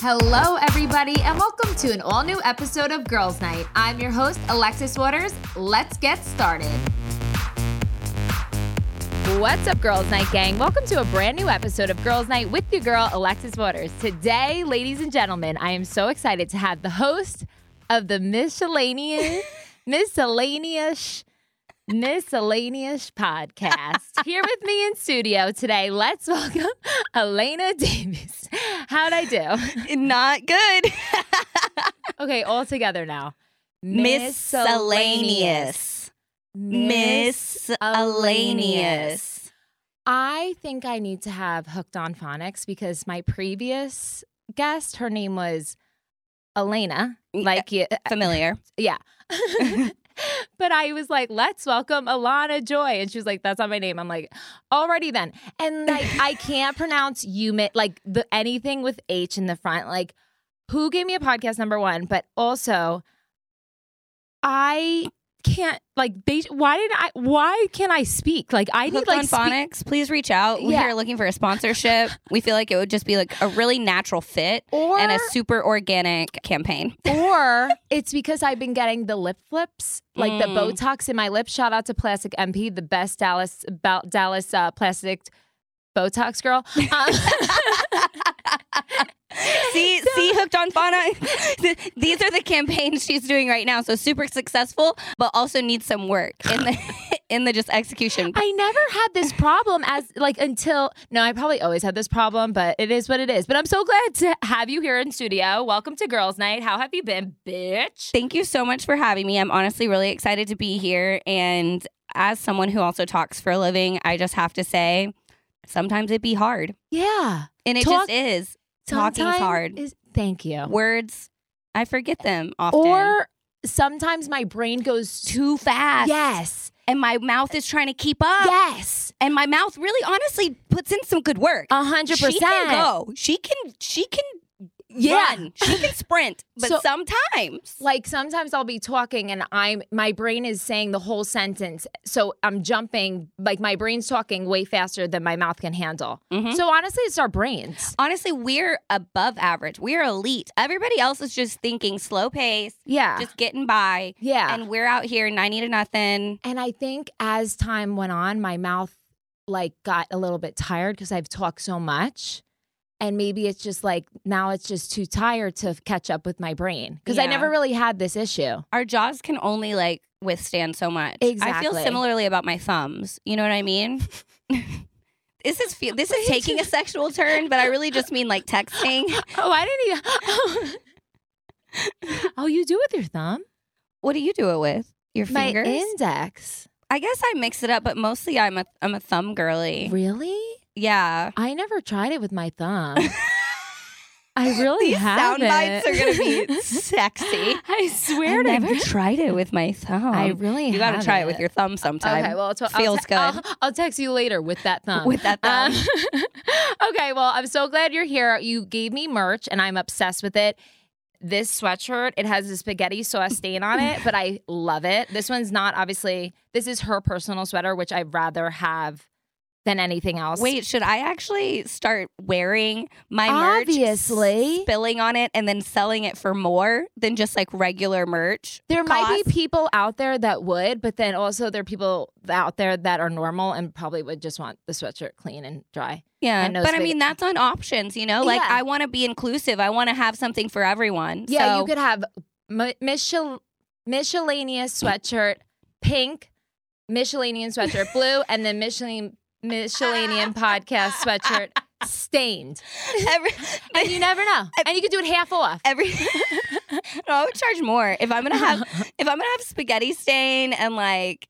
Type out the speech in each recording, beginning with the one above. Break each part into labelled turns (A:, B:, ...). A: Hello, everybody, and welcome to an all new episode of Girls Night. I'm your host, Alexis Waters. Let's get started. What's up, Girls Night gang? Welcome to a brand new episode of Girls Night with your girl, Alexis Waters. Today, ladies and gentlemen, I am so excited to have the host of the miscellaneous, miscellaneous, miscellaneous podcast here with me in studio today. Let's welcome Elena Davis. How'd I do?
B: Not good.
A: Okay, all together now.
B: Miscellaneous. Miscellaneous.
A: I think I need to have hooked on phonics because my previous guest, her name was Elena.
B: Yeah.
A: Like, yeah.
B: Familiar.
A: yeah. but I was like, let's welcome Alana Joy. And she was like, that's not my name. I'm like, alrighty then. And like, I can't pronounce Umit, like the anything with H in the front. Like, who gave me a podcast number one? But also, I can't like they why did I why can't I speak? Like I need
B: Hooked
A: like
B: on
A: speak-
B: phonics. Please reach out. We're
A: Yeah.
B: here looking for a sponsorship. we feel like it would just be like a really natural fit
A: or
B: and a super organic campaign.
A: or it's because I've been getting the lip flips, like the
B: Mm.
A: Botox in my lip. Shout out to Plastic MP, the best Dallas about Dallas uh, plastic Botox girl. Um,
B: see, see, hooked on phonics. Th- These are the campaigns she's doing right now. So super successful, but also needs some work in the in the just execution.
A: I never had this problem as like until no, I probably always had this problem, but it is what it is. But I'm so glad to have you here in studio. Welcome to Girls Night. How have you been, bitch?
B: Thank you so much for having me. I'm honestly really excited to be here. And as someone who also talks for a living, I just have to say, sometimes it be hard.
A: Yeah,
B: And it
A: Talk-
B: just is. Talking's
A: Sometime
B: hard.
A: Is, thank you.
B: Words, I forget them often.
A: Or sometimes my brain goes
B: too fast.
A: yes,
B: And my mouth is trying to keep up.
A: yes,
B: And my mouth really honestly puts in some good work.
A: a hundred
B: She can
A: percent.
B: go. She can she can
A: Yeah.
B: run. She can sprint. But
A: So-
B: sometimes
A: Like sometimes I'll be talking and I'm my brain is saying the whole sentence. So I'm jumping like my brain's talking way faster than my mouth can handle.
B: Mhm.
A: So honestly, it's our brains.
B: honestly, we're above average. We're elite. Everybody else is just thinking slow pace,
A: Yeah.
B: just getting by.
A: yeah. And,
B: And we're out here 90 to nothing.
A: I think as time went on, my mouth like got a little bit tired because I've talked so much. And maybe it's just like now it's just too tired to catch up with my brain because I
B: Yeah.
A: never really had this issue.
B: Our jaws can only like withstand so much. I feel
A: Exactly.
B: similarly about my thumbs. You know what I mean? this is fe- this is taking a sexual turn, but I really just mean like texting.
A: Oh, I didn't even. oh, you do with your thumb?
B: What do you do it with? Your
A: My
B: fingers?
A: index.
B: I guess I mix it up, but mostly I'm a I'm a thumb girly.
A: Really?
B: Yeah.
A: I never tried it with my thumb. I really
B: These sound
A: haven't.
B: bites are gonna be sexy.
A: I swear
B: I
A: to
B: never
A: God.
B: tried it with my thumb.
A: I really
B: you gotta try it Uh,
A: haven't.
B: with your thumb sometime.
A: Okay, well, it's what-
B: Feels
A: I'll
B: good.
A: I'll, I'll text you later with that thumb.
B: With that thumb.
A: Um, okay, well, I'm so glad you're here. You gave me merch, and I'm obsessed with it. This sweatshirt, it has a spaghetti sauce stain on it, but I love it. This one's not obviously. This is her personal sweater, which I'd rather have than anything else.
B: Wait, should I actually start wearing my merch,
A: Obviously.
B: s- spilling on it, and then selling it for more than just like regular merch?
A: There might be
B: cost?
A: people out there that would, but then also there are people out there that are normal and probably would just want the sweatshirt clean and dry.
B: yeah,
A: and those
B: but I
A: big-
B: mean that's on options, you know. Like
A: Yeah.
B: I want to be inclusive. I want to have something for everyone.
A: Yeah,
B: so
A: you could have mi- michel- miscellaneous sweatshirt, pink, miscellaneous sweatshirt, blue, and then Michelin miscellaneous podcast sweatshirt stained.
B: every,
A: And you never know. And you could do it half off.
B: every. no, I would charge more if I'm gonna have if I'm gonna have spaghetti stain and like,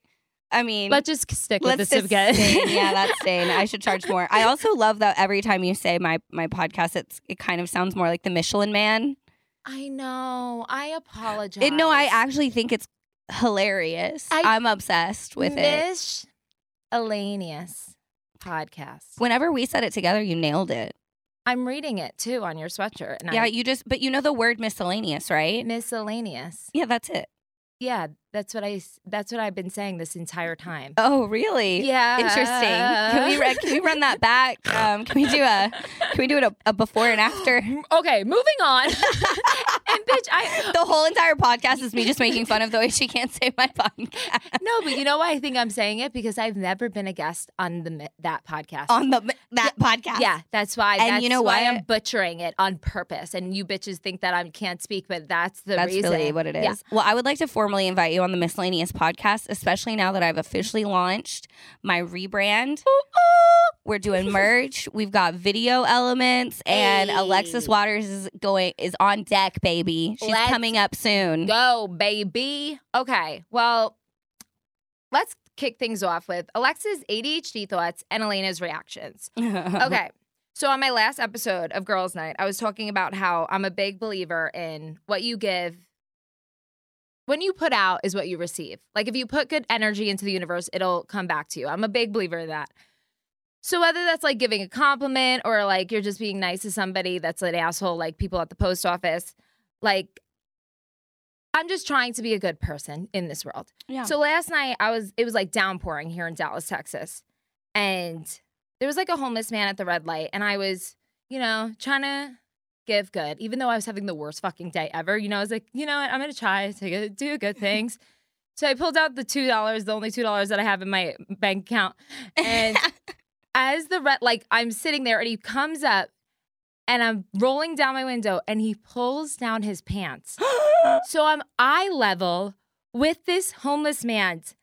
B: I mean,
A: Let's just stick with the
B: Let's just stain.
A: spaghetti.
B: Yeah, that's stain. I should charge more. I also love that every time you say my my podcast, it's it kind of sounds more like the Michelin Man.
A: I know. I apologize.
B: It, no, I actually think it's hilarious.
A: I
B: I, am obsessed with it.
A: Miscellaneous podcast.
B: Whenever we said it together, you nailed it.
A: I'm reading it too on your sweatshirt. And
B: Yeah,
A: I'm
B: you just but you know the word miscellaneous, right?
A: miscellaneous.
B: Yeah, that's it.
A: Yeah, that's what I s- that's what I've been saying this entire time.
B: Oh, really?
A: Yeah.
B: Interesting. Can we re- can we run that back? Um, can we do a can we do it a, a before and after?
A: Okay, moving on. and bitch, I
B: The whole entire podcast is me just making fun of the way she can't say my podcast
A: no, but you know why I think I'm saying it because I've never been a guest on the mi- that podcast.
B: on the that podcast.
A: yeah, that's why.
B: And
A: that's
B: you know
A: why
B: what?
A: I'm butchering it on purpose, and you bitches think that I can't speak, but that's the
B: That's
A: reason.
B: really what it is.
A: Yeah.
B: Well, I would like to formally invite you on the Miscellaneous podcast, especially now that I've officially launched my rebrand. We're doing merch. We've got video elements, and
A: Hey.
B: Alexis Waters is going is on deck, baby. She's
A: Let's
B: coming up soon.
A: Go, baby. Okay, well, let's kick things off with Alexa's ADHD thoughts and Elena's reactions. Okay. So on my last episode of Girls Night, I was talking about how I'm a big believer in what you give when you put out is what you receive. Like if you put good energy into the universe, it'll come back to you. I'm a big believer in that. So whether that's like giving a compliment or like you're just being nice to somebody that's an asshole like people at the post office, like I'm just trying to be a good person in this world.
B: Yeah.
A: So last night I was it was like downpouring here in Dallas, Texas. And there was like a homeless man at the red light and I was, you know, trying to give good even though I was having the worst fucking day ever. You know, I was like, you know what? I'm going to try to go- do good things. so I pulled out the $2, the only $2 that I have in my bank account and as the red like I'm sitting there and he comes up and I'm rolling down my window and he pulls down his pants. So I'm eye level with this homeless man's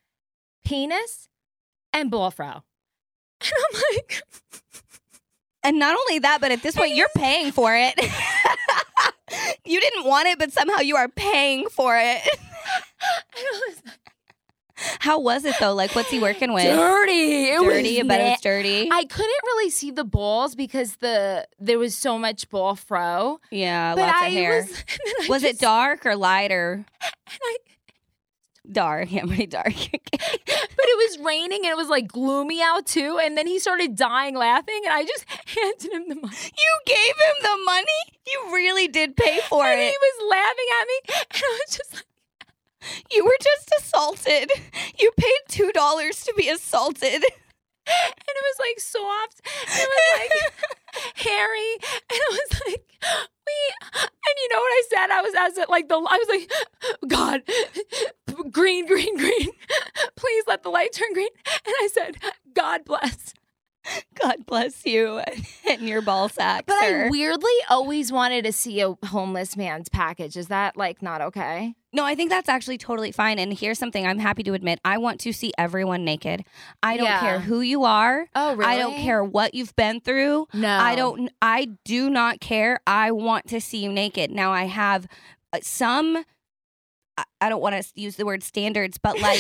A: penis and ball fro. And I'm like,
B: and not only that, but at this point, you're paying for it. you didn't want it, but somehow you are paying for it.
A: I was
B: How was it though? Like, what's he working with?
A: dirty. It
B: dirty,
A: was
B: but
A: na-
B: it's dirty.
A: I couldn't really see the balls because the there was so much ball fro.
B: yeah,
A: But
B: lots
A: I
B: of hair.
A: was, and then I
B: Was it
A: just-
B: dark or light or
A: and I-
B: dark? Yeah, pretty dark.
A: But it was raining and it was like gloomy out too. And then he started dying laughing, and I just handed him the money.
B: you gave him the money. You really did pay for
A: and
B: it.
A: he was laughing at me, and I was just like,
B: You were just assaulted. You paid two dollars to be assaulted.
A: and it was like soft, and it was like hairy, and I was like, we. And you know what I said? I was as it like the I was like, God, green, green, green. Please let the light turn green. And I said, God bless.
B: God bless you and your ball sack,
A: But
B: sir.
A: I weirdly always wanted to see a homeless man's package. Is that like not okay?
B: no, I think that's actually totally fine. And here's something I'm happy to admit: I want to see everyone naked. I don't
A: Yeah.
B: care who you are.
A: Oh,
B: I don't care what you've been through.
A: No,
B: I don't. I do not care. I want to see you naked. Now I have uh, some. I- I don't want to use the word standards, but like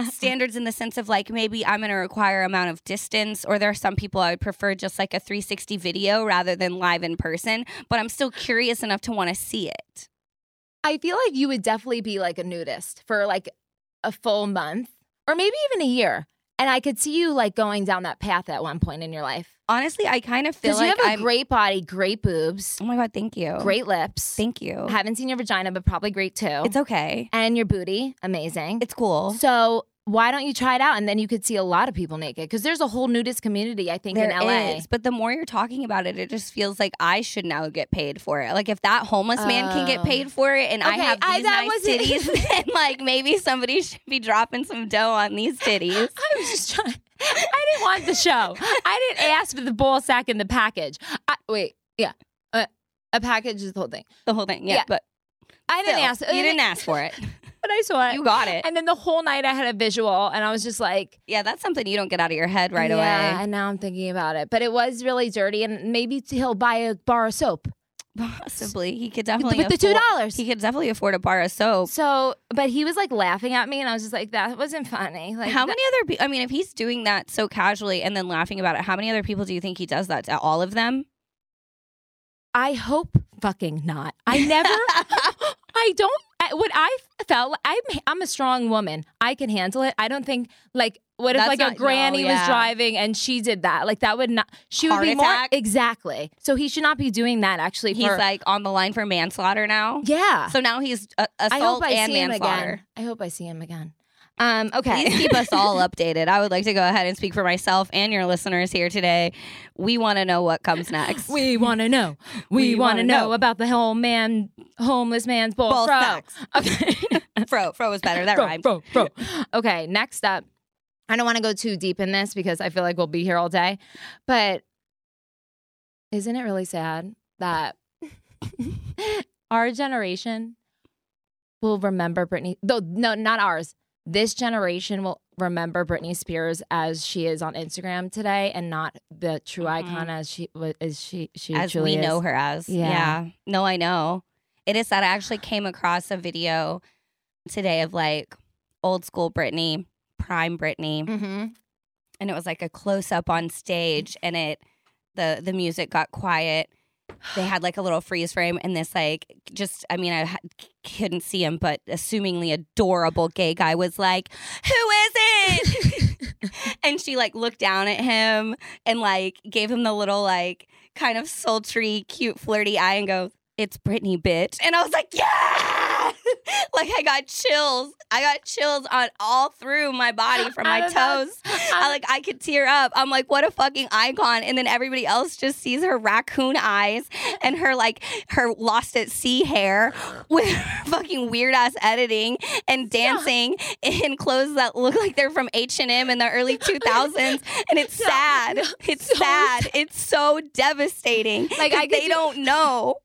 B: standards in the sense of like maybe I'm going to require amount of distance, or there are some people I would prefer just like a 360 video rather than live in person. But I'm still curious enough to want to see it.
A: I feel like you would definitely be like a nudist for like a full month or maybe even a year. And I could see you like going down that path at one point in your life.
B: Honestly, I kind of feel
A: Because you
B: like
A: have a
B: I'm.
A: great body, great boobs,
B: oh my god! Thank you.
A: great lips.
B: Thank you.
A: Haven't seen your vagina, but probably great too.
B: It's okay.
A: and your booty, amazing.
B: It's cool.
A: so why don't you try it out? And then you could see a lot of people naked. Because there's a whole nudist community, I think,
B: There
A: in LA.
B: is, but the more you're talking about it, it just feels like I should now get paid for it. Like if that homeless man can get
A: Oh.
B: paid for it, and I
A: Okay,
B: have these
A: I- that
B: nice
A: wasn't-
B: titties, then like maybe somebody should be dropping some dough on these titties.
A: I was just trying. I didn't want the show. I didn't ask for the ball sack in the package. I, wait, yeah, uh, a package is the whole thing.
B: The whole thing, yeah.
A: Yeah,
B: but
A: I didn't
B: still,
A: ask. Uh,
B: You didn't ask for it.
A: but I saw it.
B: You got it.
A: And then the whole night I had a visual, and I was just like,
B: yeah, that's something you don't get out of your head right
A: yeah,
B: away.
A: And now I'm thinking about it, but it was really dirty, and maybe he'll buy a bar of soap
B: Possibly, he could definitely
A: with the two
B: afford-
A: dollars.
B: He could definitely afford a bar of soap.
A: So, but he was like laughing at me, and I was just like, that wasn't funny. Like
B: how many other people? I mean, if he's doing that so casually and then laughing about it, how many other people do you think he does that to? All of them?
A: I hope fucking not. I never. I don't. I- What I felt, I'm, I'm a strong woman. I can handle it. I don't think like What if
B: That's
A: like
B: not-
A: a
B: no,
A: granny was
B: yeah.
A: driving and she did that? Like that would not. She would
B: Heart
A: be more
B: attack?
A: exactly. So he should not be doing that. Actually,
B: He's
A: for-
B: like on the line for manslaughter now.
A: yeah.
B: So now he's uh,
A: I hope
B: assault
A: I
B: and
A: see him
B: manslaughter.
A: again. I hope I see him again. Um. Okay.
B: Please keep us all updated. I would like to go ahead and speak for myself and your listeners here today. We want to know what comes next.
A: We want to know. We,
B: We
A: want to
B: wanna
A: know.
B: know.
A: about the whole man, homeless man's bull.
B: Bull
A: fro.
B: facts.
A: Okay.
B: fro, fro was better. That
A: Fro,
B: rhymed.
A: fro, fro. Okay. Next up, I don't want to go too deep in this because I feel like we'll be here all day. But isn't it really sad that our generation will remember Britney? Though no, not ours. This generation will remember Britney Spears as she is on Instagram today, and not the true icon as she wa- as she she
B: Mm-hmm. as
A: truly
B: we
A: is.
B: know her as.
A: Yeah.
B: Yeah. No, I know. It is that I actually came across a video today of like old school Britney, prime Britney,
A: Mm-hmm.
B: and it was like a close up on stage and it the the music got quiet. They had like a little freeze frame and this like just I mean I ha- couldn't see him but assumingly adorable gay guy was like, "Who is it?" and she like looked down at him and like gave him the little like kind of sultry, cute, flirty eye and goes, It's Brittany, bitch. And I was like, Yeah. like I got chills. I got chills on all through my body from my
A: I'm about-
B: toes. I like I could tear up. I'm like, what a fucking icon. And then everybody else just sees her raccoon eyes and her like her lost at sea hair with her fucking weird ass editing and dancing in clothes that look like they're from H&M in the early 2000s and it's
A: No,
B: sad.
A: no,
B: it's
A: so
B: sad. It's so devastating.
A: Like,
B: Like
A: I could
B: they
A: do-
B: don't know.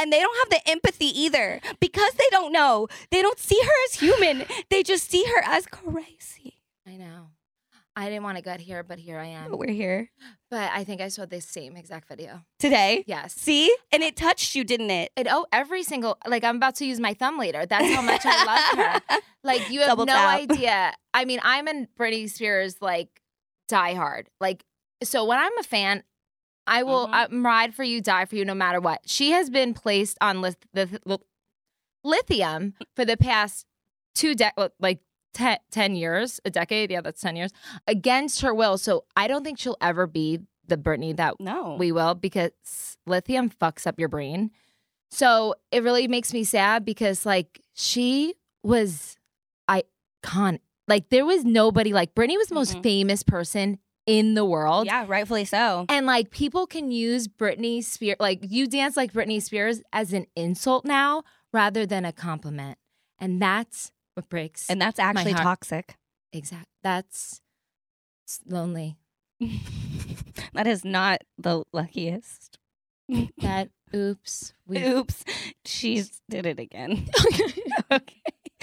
B: And they don't have the empathy either because they don't know. They don't see her as human. They just see her as crazy.
A: I know. I didn't want to get here, but here I am.
B: But we're here
A: But I think I saw the same exact video.
B: today.
A: Yes.
B: See? And it touched you, didn't it?
A: It, oh, every single like I'm about to use my thumb later. That's how much I love her. Like you have
B: Double
A: no
B: tap.
A: idea. I mean, I'm in Britney Spears like diehard. Like so, when I'm a fan, I will
B: Mhm.
A: um, ride for you, die for you, no matter what. She has been placed on lith- lith- lith- lithium for the past two de- well, like te- 10 years, a decade. Yeah, that's 10 years against her will. So I don't think she'll ever be the Britney that
B: No.
A: we will because lithium fucks up your brain. So it really makes me sad because like she was iconic. Like there was nobody like Britney was the most
B: Mhm.
A: famous person in the world.
B: yeah, rightfully so.
A: And like people can use Britney Spears, like you dance like Britney Spears as an insult now rather than a compliment. And that's what breaks.
B: And
A: And
B: that's actually
A: heart-
B: toxic.
A: exact that's it's lonely.
B: that is not the luckiest.
A: That oops. We
B: Oops. She did it again. okay.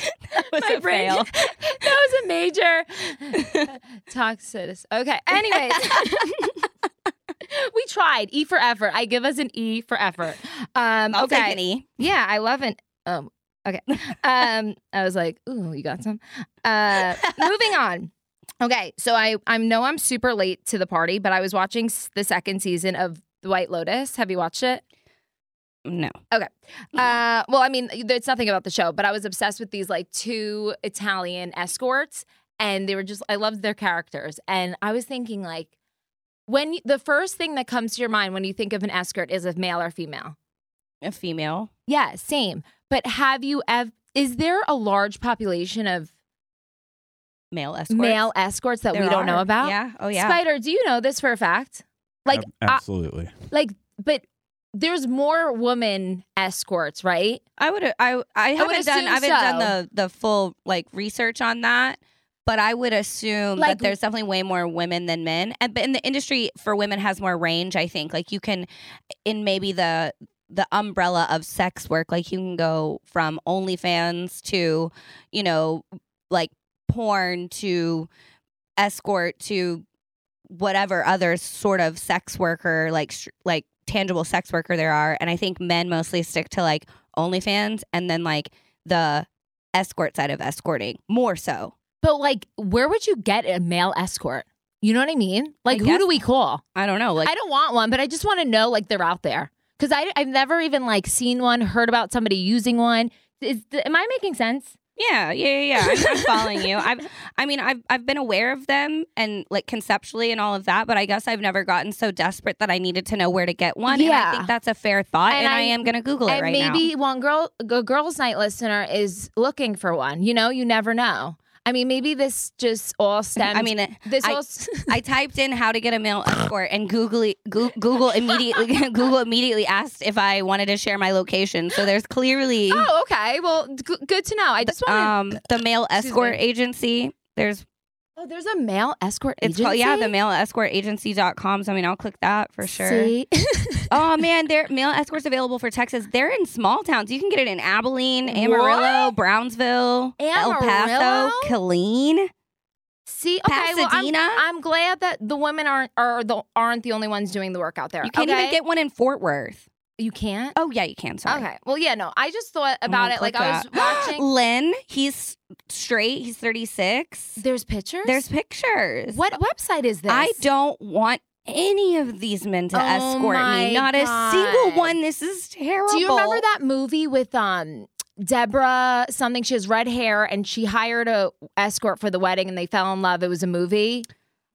B: That was
A: My
B: a
A: brain-
B: fail.
A: that was a major toxic. Okay. Anyways, we tried. E for effort. I give us an E for effort. Um,
B: I'll
A: okay.
B: take an E.
A: Yeah, I love an. Um, okay. Um, I was like, ooh, you got some. Uh, moving on. Okay, so I I know I'm super late to the party, but I was watching s- the second season of The White Lotus. Have you watched it?
B: No.
A: Uh, well, I mean, there's nothing about the show, but I was obsessed with these like two Italian escorts, and they were just I loved their characters, and I was thinking like, when you, the first thing that comes to your mind when you think of an escort is of male or female.
B: A female.
A: Yeah, same. But have you ever? Is there a large population of
B: Male escort.
A: male escorts that we don't know about?
B: Yeah. Oh yeah.
A: Spider, do you know this for a fact? Like,
C: Ab-
A: I-
C: absolutely.
A: like, but there's more woman escorts, right?
B: I would I I haven't
A: would
B: done
A: assume
B: I haven't done
A: so.
B: the the full like research on that, but I would assume
A: Like-
B: that there's definitely way more women than men. And but in the industry for women has more range, I think. Like you can in maybe the the umbrella of sex work, like you can go from OnlyFans to, you know, like porn to escort to whatever other sort of sex worker like sh- like tangible sex worker there are and i think men mostly stick to like onlyfans and then like the escort side of escorting more so
A: But like, where would you get a male escort? You know what I mean? Like, who
B: guess-
A: do we call?
B: i don't know like
A: I don't want one, but I just want to know like they're out there because I I've never even like seen one, heard about somebody using one. Is am I making sense?
B: Yeah, yeah, yeah. yeah. I'm, I'm following you. I've, I mean, I've I've been aware of them and like conceptually and all of that, but I guess I've never gotten so desperate that I needed to know where to get one. and I
A: Yeah.
B: think that's a fair thought, and,
A: And
B: I,
A: I-
B: am gonna Google it
A: and
B: right now.
A: maybe one girl, a girls' night listener is looking for one. You know, you never know. I mean, maybe this just all stems.
B: I mean, it,
A: this
B: I-
A: all. s-
B: I typed in how to get a male escort, and Google Goo- Google immediately Google immediately asked if I wanted to share my location. So there's clearly
A: oh, okay. Well, g- good to know. I just want. to
B: um the male
A: Excuse
B: escort
A: me.
B: agency. There's
A: oh, there's a male escort
B: it's
A: agency.
B: called yeah the male escort agency.com. So I mean I'll click that for sure.
A: See?
B: Oh man, there male escorts available for Texas. They're in small towns. You can get it in Abilene, Amarillo, Brownsville, El Paso,
A: Amarillo?
B: Killeen.
A: See, okay, well, I'm,
B: Pasadena?
A: I'm glad that the women aren't are the, aren't the only ones doing the work out there.
B: You can't even
A: okay?
B: get one in Fort Worth.
A: You can't.
B: Oh yeah, you can. Sorry.
A: Okay. Well, yeah, no. I just thought
B: I'm
A: about
B: gonna
A: it. Like
B: click
A: I was
B: that.
A: watching.
B: Lynn, he's straight. He's 36.
A: There's pictures.
B: There's pictures.
A: what website is this?
B: I don't want any of these men to
A: Oh
B: escort
A: my
B: me. Not a single
A: God.
B: one. This is terrible.
A: Do you remember that movie with um Deborah something? She has red hair and she hired a escort for the wedding and they fell in love. It was a movie.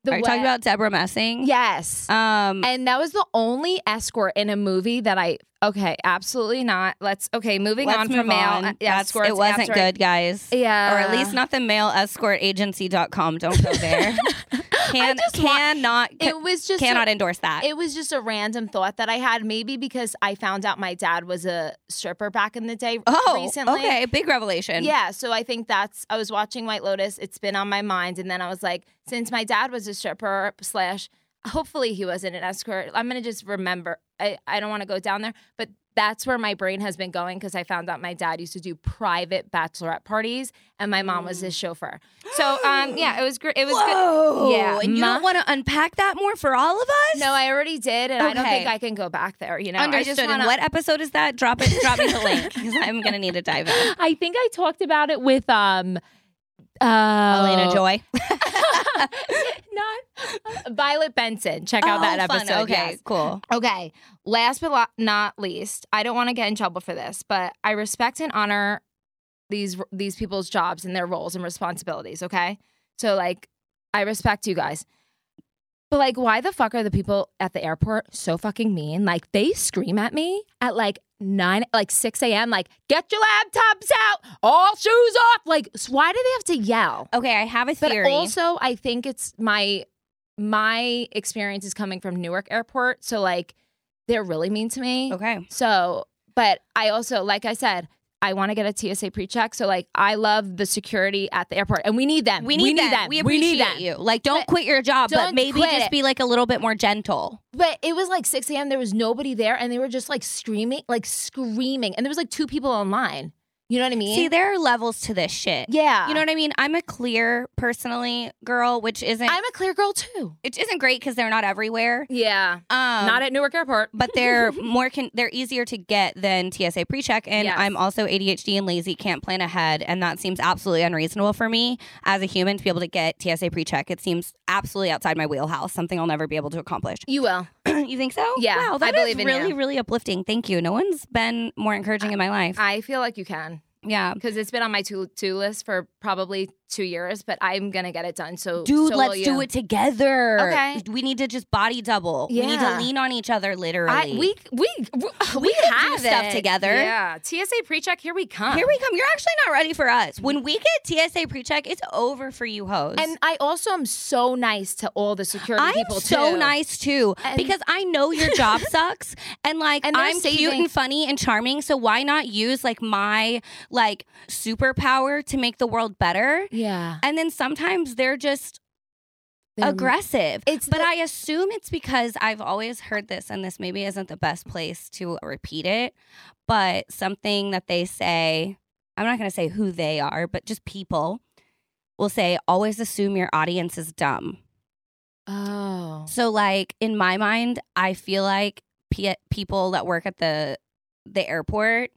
A: The
B: Are you
A: wed-
B: talking about Deborah Messing?
A: Yes.
B: Um,
A: and that was the only escort in a movie that I okay, absolutely not. Let's okay, moving
B: let's
A: on
B: move
A: from male
B: on.
A: uh,
B: That's-
A: escorts.
B: it wasn't
A: after-
B: good, guys.
A: Yeah.
B: or at least not the male escort agency.com. Don't go there. Can
A: just want-
B: cannot ca-
A: It was just
B: cannot
A: a,
B: endorse that.
A: it was just a random thought that I had, maybe because I found out my dad was a stripper back in the day
B: oh,
A: recently.
B: okay, big revelation.
A: Yeah, so I think that's I was watching White Lotus. It's been on my mind, and then I was like, since my dad was a stripper slash, hopefully he wasn't an escort. I'm gonna just remember. I I don't want to go down there, but that's where my brain has been going because I found out my dad used to do private bachelorette parties, and my mom
B: Mm.
A: was his chauffeur. So um, yeah, it was great. It was good.
B: Whoa.
A: Yeah,
B: and you
A: ma-
B: don't want to unpack that more for all of us?
A: No, I already did, and I don't
B: Okay.
A: think I can go back there. You know, I
B: Understood.
A: just
B: And
A: wanna-
B: what episode is that? Drop it. Drop me the link because I'm gonna need to dive in.
A: I think I talked about it with um. Uh,
B: Elena Joy.
A: not Violet Benson. Check out
B: Oh,
A: that
B: fun.
A: episode.
B: Okay,
A: yes.
B: cool.
A: Okay. Last but lo- not least, I don't want to get in trouble for this, but I respect and honor these these people's jobs and their roles and responsibilities. Okay, so like, I respect you guys. But like, why the fuck are the people at the airport so fucking mean? Like, they scream at me at like nine, like six a.m. Like, get your laptops out, all shoes off. Like, s- why do they have to yell?
B: Okay, I have a
A: But
B: theory.
A: also, I think it's my my experience is coming from Newark Airport, so like they're really mean to me.
B: okay.
A: So, but I also, like I said, I want to get a TSA pre-check. So, like, I love the security at the airport, and we need them.
B: We need,
A: them.
B: We appreciate
A: need them.
B: you. Like,
A: But
B: don't quit your job, but
A: don't
B: maybe
A: quit
B: just
A: it.
B: be like a little bit more gentle.
A: But it was like 6 a.m. There was nobody there, and they were just like screaming, like screaming, and there was like two people online. You know what I mean?
B: See, there are levels to this shit.
A: yeah.
B: You know what I mean? I'm a clear personally girl, which isn't
A: I'm a clear girl too.
B: which isn't great because they're not everywhere.
A: Yeah.
B: Um,
A: Not e- at Newark Airport.
B: but they're more con- they're easier to get than TSA pre-check and
A: Yes.
B: I'm also ADHD and lazy can't plan ahead and that seems absolutely unreasonable for me as a human to be able to get TSA pre-check it seems absolutely outside my wheelhouse something I'll never be able to accomplish
A: You will.
B: you think so
A: Yeah,
B: wow that
A: I
B: is
A: believe in you.
B: really really uplifting thank you no one's been more encouraging in my life
A: I feel like you can.
B: yeah
A: because it's been on my to do list for probably two years, but I'm gonna get it done. So,
B: Dude,
A: so will
B: let's do
A: you.
B: it together.
A: Okay.
B: We need to just body double. We need to
A: Yeah.
B: lean on each other, literally.
A: I, we we we,
B: We could do
A: have
B: stuff
A: it.
B: together.
A: Yeah, TSA pre-check. Here we come.
B: Here we come. You're actually not ready for us. Uh-uh. When we get TSA pre check, it's over for you hoes.
A: And I also am so nice to all the security
B: I'm
A: people
B: so
A: too.
B: nice too
A: And-
B: because I know your job sucks and like
A: And they're
B: I'm cute
A: saving-
B: and funny and charming so why not use like my like superpower to make the world better
A: Yeah,
B: and then sometimes they're just
A: they're-
B: aggressive
A: It's
B: but
A: the-
B: I assume it's because I've always heard this and this maybe isn't the best place to repeat it but something that they say I'm not going to say who they are but just people will say always assume your audience is dumb
A: Oh,
B: so like in my mind, I feel like pe- people that work at the the airport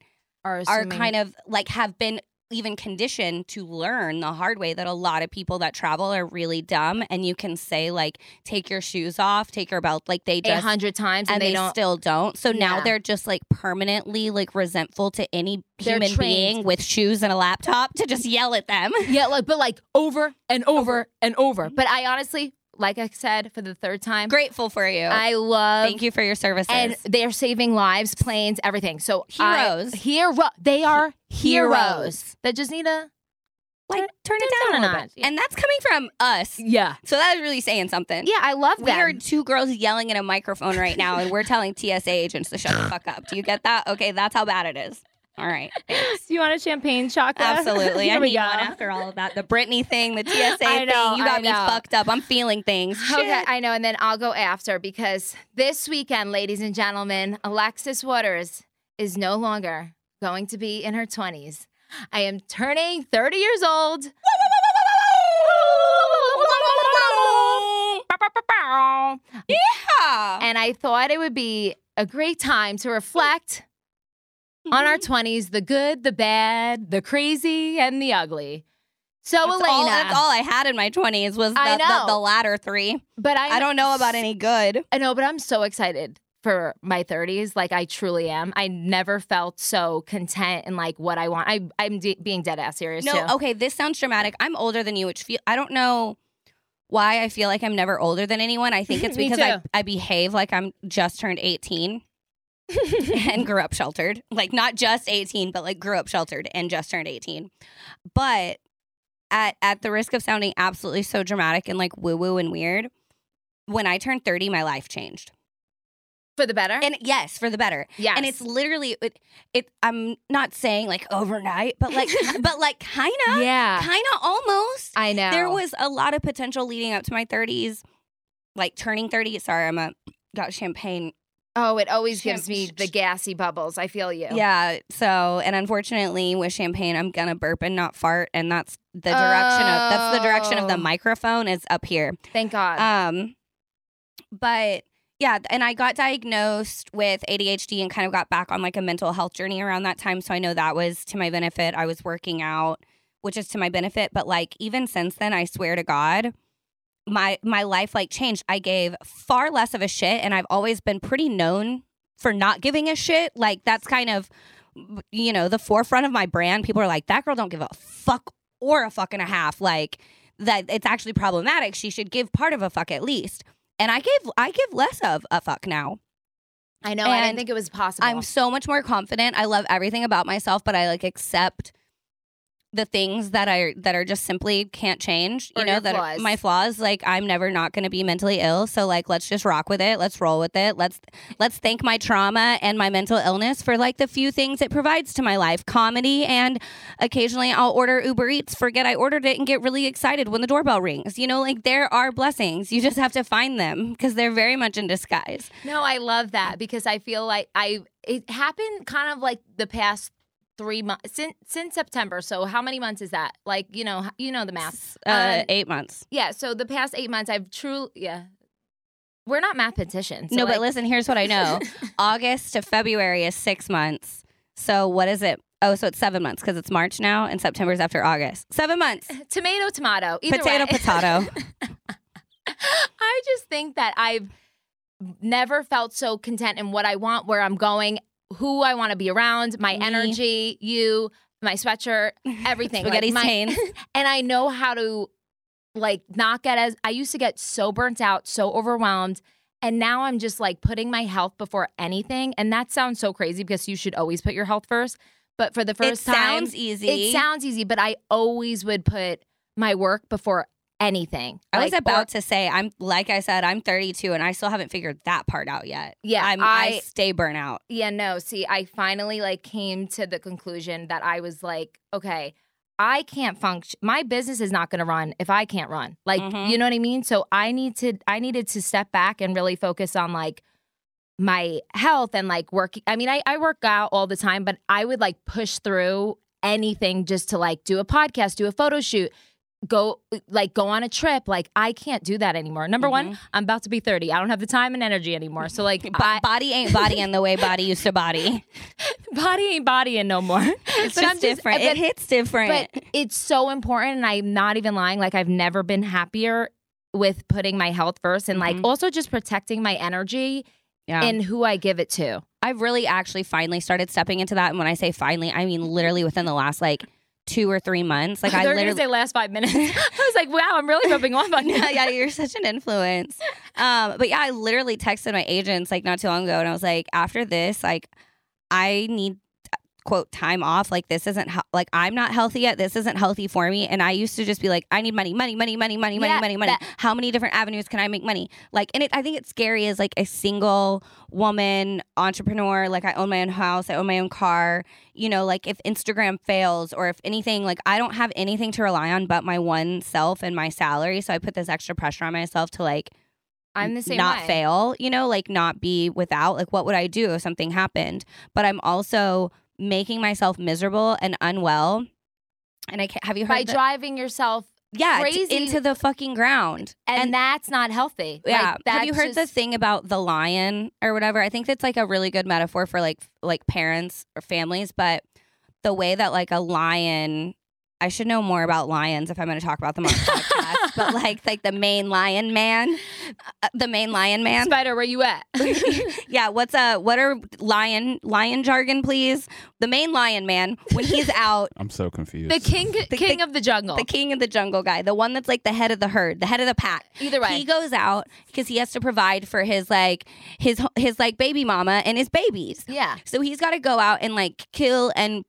A: are,
B: are kind of like have been even conditioned to learn the hard way that a lot of people that travel are really dumb and you can say like take your shoes off take your belt like they
A: a
B: just
A: hundred times and,
B: and
A: they,
B: they,
A: don't.
B: still don't so now
A: Yeah.
B: they're just like permanently like resentful to any
A: They're
B: human
A: trained.
B: being with shoes and a laptop to just yell at them
A: yeah, like but like over and over and over. But I honestly, like I said for the third time,
B: grateful for you
A: I love
B: thank you for your services
A: and they are saving lives, planes, everything. So
B: Heroes.
A: I, hero, they are heroes.
B: heroes.
A: that just need a
B: like turn
A: turn
B: it down,
A: it down
B: a
A: a
B: little bit.
A: notch.
B: and that's coming from us
A: yeah,
B: so that is really saying something
A: yeah. I love
B: We
A: them.
B: are two girls yelling at a microphone right now, and we're telling TSA agents to shut the fuck up. Do you get that? Okay, that's how bad it is. All right.
A: You want a champagne chocolate?
B: Absolutely. I
A: Here we
B: need
A: go.
B: one after all of that. The Britney thing, the TSA
A: I
B: thing. You
A: know, I
B: got me
A: know.
B: fucked up. I'm feeling things.
A: Okay,
B: Shit.
A: I know, and then I'll go after because this weekend, ladies and gentlemen, Alexis Waters is no longer going to be in her 20s. I am turning 30 years old.
B: Yeah.
A: And I thought it would be a great time to reflect on
B: Mm-hmm.
A: our 20s the good, the bad, the crazy, and the ugly. So,
B: That's
A: Elena,
B: all, that's all I had in my 20s was the,
A: I know.
B: the, the latter three.
A: but I,
B: I don't know about any good.
A: I know, but I'm so excited for my 30s. Like I truly am. I never felt so content in like what I want. I I'm de- being dead ass serious
B: No,
A: too.
B: okay, this sounds dramatic. I'm older than you, which feel I don't know why I feel like I'm never older than anyone. I think it's
A: Me
B: because I,
A: too.
B: I behave like I'm just turned 18 and grew up sheltered. Like not just 18, but like grew up sheltered and just turned 18. But at at the risk of sounding absolutely so dramatic and like woo-woo and weird, when I turned 30, my life changed.
A: for the better.
B: And yes, for the better.
A: yes.
B: And it's literally it, it I'm not saying like overnight, but like but like kind of
A: yeah.
B: kind of almost.
A: I know.
B: There was a lot of potential leading up to my 30s, like turning 30. Sorry, I'm a got champagne.
A: Oh, it always
B: Sham-
A: gives me
B: sh-
A: the gassy bubbles. I feel you.
B: Yeah. So, and unfortunately, with champagne, I'm gonna burp and not fart, and that's the direction of that's the direction of
A: Oh.
B: the microphone is up here.
A: Thank God.
B: Um, but yeah, and I got diagnosed with ADHD and kind of got back on like a mental health journey around that time. So I know that was to my benefit. I was working out, which is to my benefit. But like even since then, I swear to God, my my life like changed. I gave far less of a shit, and I've always been pretty known for not giving a shit. Like that's kind of you know the forefront of my brand. People are like, that girl don't give a fuck or a fuck and a half. Like that it's actually problematic. She should give part of a fuck at least. And I give I give less of a fuck now.
A: I know. I didn't
B: and
A: think it was possible.
B: I'm so much more confident. I love everything about myself, but I like accept the things that I that are just simply can't change. You
A: Or
B: know
A: your
B: that are-
A: flaws.
B: my flaws. Like I'm never not going to be mentally ill. So like let's just rock with it. Let's roll with it. Let's let's thank my trauma and my mental illness for like the few things it provides to my life: comedy and occasionally I'll order Uber Eats, forget I ordered it, and get really excited when the doorbell rings. You know, like there are blessings. You just have to find them because they're very much in disguise.
A: No, I love that because I feel like I it happened kind of like the past three months since since September. So how many months is that? Like you know you know the math.
B: Uh,
A: Um,
B: eight months.
A: Yeah. So the past eight months, I've truly, yeah. We're not mathematicians. So
B: no,
A: like,
B: but listen, here's what I know August to February is six months. So, what is it? Oh, so it's seven months because it's March now and September's after August. Seven months.
A: tomato, tomato. Either
B: potato,
A: way.
B: potato.
A: I just think that I've never felt so content in what I want, where I'm going, who I want to be around, my
B: Me.
A: energy, you, my sweatshirt, everything. Like,
B: Spaghetti
A: my-
B: stains.
A: and I know how to like not get as I used to get so burnt out, so overwhelmed. And now I'm just like putting my health before anything. And that sounds so crazy because you should always put your health first. But for the
B: It
A: first time,
B: sounds easy.
A: It sounds easy, but I always would put my work before anything.
B: I was
A: Like,
B: about
A: or-
B: to say, I'm like I said, I'm 32 and I still haven't figured that part out yet.
A: Yeah,
B: I'm,
A: I-
B: I stay burnout.
A: yeah, no. See, I finally like came to the conclusion that I was like, okay, I can't function. My business is not going to run if I can't run. Like,
B: Mhm.
A: you know what I mean? So I need to. I needed to step back and really focus on like my health and like working. I mean, I, I work out all the time, but I would like push through anything just to like do a podcast, do a photo shoot, go uh, like go on a trip like i can't do that anymore number
B: Mm-hmm.
A: one i'm about to be 30 i don't have the time and energy anymore so like
B: Bo-
A: I,
B: body ain't body in the way body used to body.
A: body ain't bodying no more
B: It's just different.
A: but-
B: it hits different.
A: but it's so important and i'm not even lying like i've never been happier with putting my health first and like
B: Mhm.
A: also just protecting my energy
B: yeah.
A: and who i give it to
B: I've really actually finally started stepping into that. And when I say finally, I mean literally within the last like two or three months. Like I
A: they're
B: literally
A: gonna say last five minutes i was like wow i'm really rubbing off on you
B: yeah, yeah, you're such an influence. Um, but yeah, I literally texted my agents like not too long ago, and I was like, after this, like, I need quote time off. Like, this isn't hel- like I'm not healthy yet. This isn't healthy for me. And I used to just be like, I need money, money, money, money, money,
A: Yeah,
B: money, money. How many different avenues can I make money? Like, and it, I think it's scary as like a single woman entrepreneur. Like, I own my own house, I own my own car. You know, like if Instagram fails or if anything, like I don't have anything to rely on but my one self and my salary. So I put this extra pressure on myself to like
A: i'm the same
B: not
A: way.
B: fail, you know, like not be without. Like, what would I do if something happened? But I'm also making myself miserable and unwell. And I can't, have you heard
A: by
B: the-
A: driving yourself
B: yeah it's
A: crazy-
B: into the fucking ground.
A: and, that's not healthy Like,
B: Yeah. Have you
A: that's
B: heard the
A: just-
B: thing about the lion or whatever? I think that's like a really good metaphor for like like parents or families, but the way that like a lion I should know more about lions if I'm going to talk about them on the podcast, but like like the main lion man, uh, the main lion man.
A: spider where you at
B: yeah, what's uh what are lion lion jargon please? The main lion man when he's out
C: I'm so confused.
A: the king king of the jungle
B: the king of the jungle guy, the one that's like the head of the herd, the head of the pack.
A: either way
B: He goes out because he has to provide for his like his his like baby mama and his babies.
A: yeah
B: So he's got to go out and like kill and,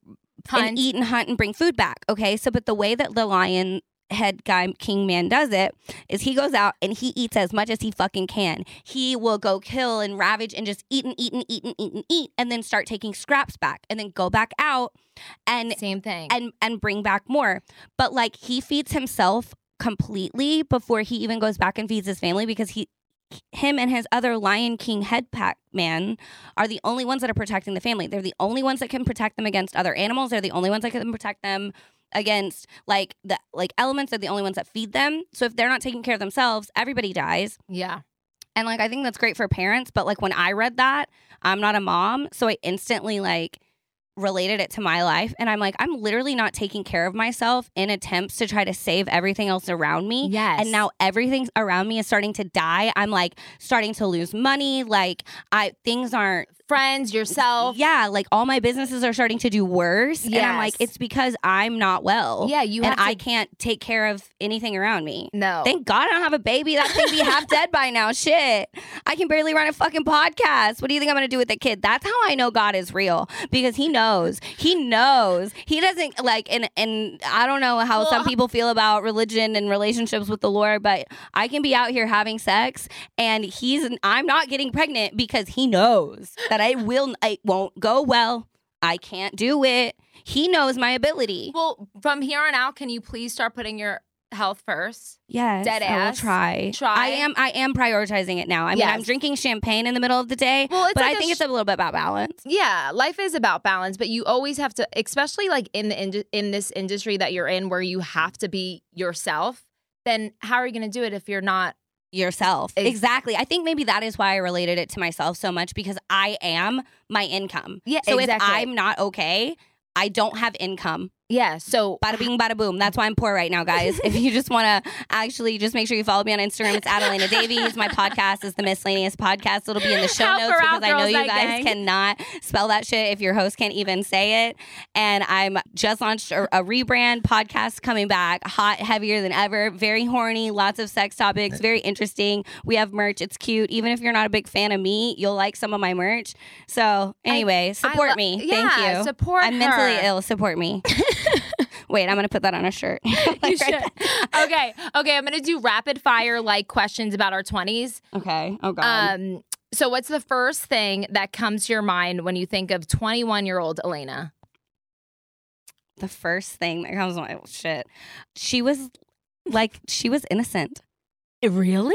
A: Hunt.
B: and eat and hunt and bring food back. Okay, so but the way that the lion head guy king man does it is he goes out and he eats as much as he fucking can. He will go kill and ravage and just eat and eat and eat and eat and eat and then start taking scraps back and then go back out and
A: same thing
B: and and bring back more. But like he feeds himself completely before he even goes back and feeds his family because he him and his other Lion King head pack man are the only ones that are protecting the family. They're the only ones that can protect them against other animals. They're the only ones that can protect them against like the like elements are the only ones that feed them. So if they're not taking care of themselves, everybody dies.
A: yeah
B: And like I think that's great for parents, but like when I read that, I'm not a mom, so I instantly like related it to my life and I'm like I'm literally not taking care of myself in attempts to try to save everything else around me.
A: yes
B: And now everything around me is starting to die. I'm like starting to lose money, like I things aren't
A: friends yourself
B: yeah, like all my businesses are starting to do worse and I'm like
A: Yes.
B: it's because I'm not well.
A: yeah you
B: and
A: have to
B: I can't take care of anything around me.
A: no
B: Thank God I don't have a baby. That thing be half dead by now. Shit. I can barely run a fucking podcast. What do you think I'm going to do with the kid? That's how I know God is real because he knows. He knows. He doesn't like and and I don't know how
A: Well,
B: some people feel about religion and relationships with the Lord, but I can be out here having sex and he's I'm not getting pregnant because he knows that I will it won't go well. I can't do it. He knows my ability.
A: Well, from here on out, can you please start putting your health first?
B: Yes,
A: Dead
B: I will
A: ass.
B: try.
A: Try.
B: I am. I am prioritizing it now. I mean, I'm
A: Yes.
B: drinking champagne in the middle of the day,
A: Well, it's
B: but
A: like
B: I
A: a
B: think
A: sh-
B: it's a little bit about balance.
A: Yeah, life is about balance, but you always have to, especially like in the ind- in this industry that you're in, where you have to be yourself. Then how are you going to do it if you're not?
B: Yourself,
A: Ex-
B: exactly. I think maybe that is why I related it to myself so much because I am my income.
A: Yeah,
B: So if I'm not okay. I don't have income.
A: yeah, so
B: Bada bing, bada boom. That's why I'm poor right now, guys. if you just want to actually just make sure you follow me on Instagram, it's Adelina Davies. My podcast is the Miscellaneous Podcast. It'll be in the show
A: Help her
B: notes
A: out,
B: because I know
A: Girls
B: you
A: Night
B: guys
A: Gang.
B: cannot spell that shit if your host can't even say it. And I'm just launched a, a rebrand podcast coming back, hot, heavier than ever, very horny, lots of sex topics, very interesting. We have merch. It's cute. Even if you're not a big fan of me, you'll like some of my merch. So anyway,
A: I
B: support
A: lo-
B: me.
A: yeah,
B: Thank you.
A: Support.
B: I'm mentally
A: her.
B: ill. Support me. Wait, I'm gonna put that on a shirt.
A: You should. okay, okay. I'm going to do rapid fire like questions about our 20s.
B: Okay. Oh god.
A: Um, so what's the first thing that comes to your mind when you think of 21 year old Elena?
B: the first thing that comes to my oh, shit. She was like, she was innocent.
A: Really?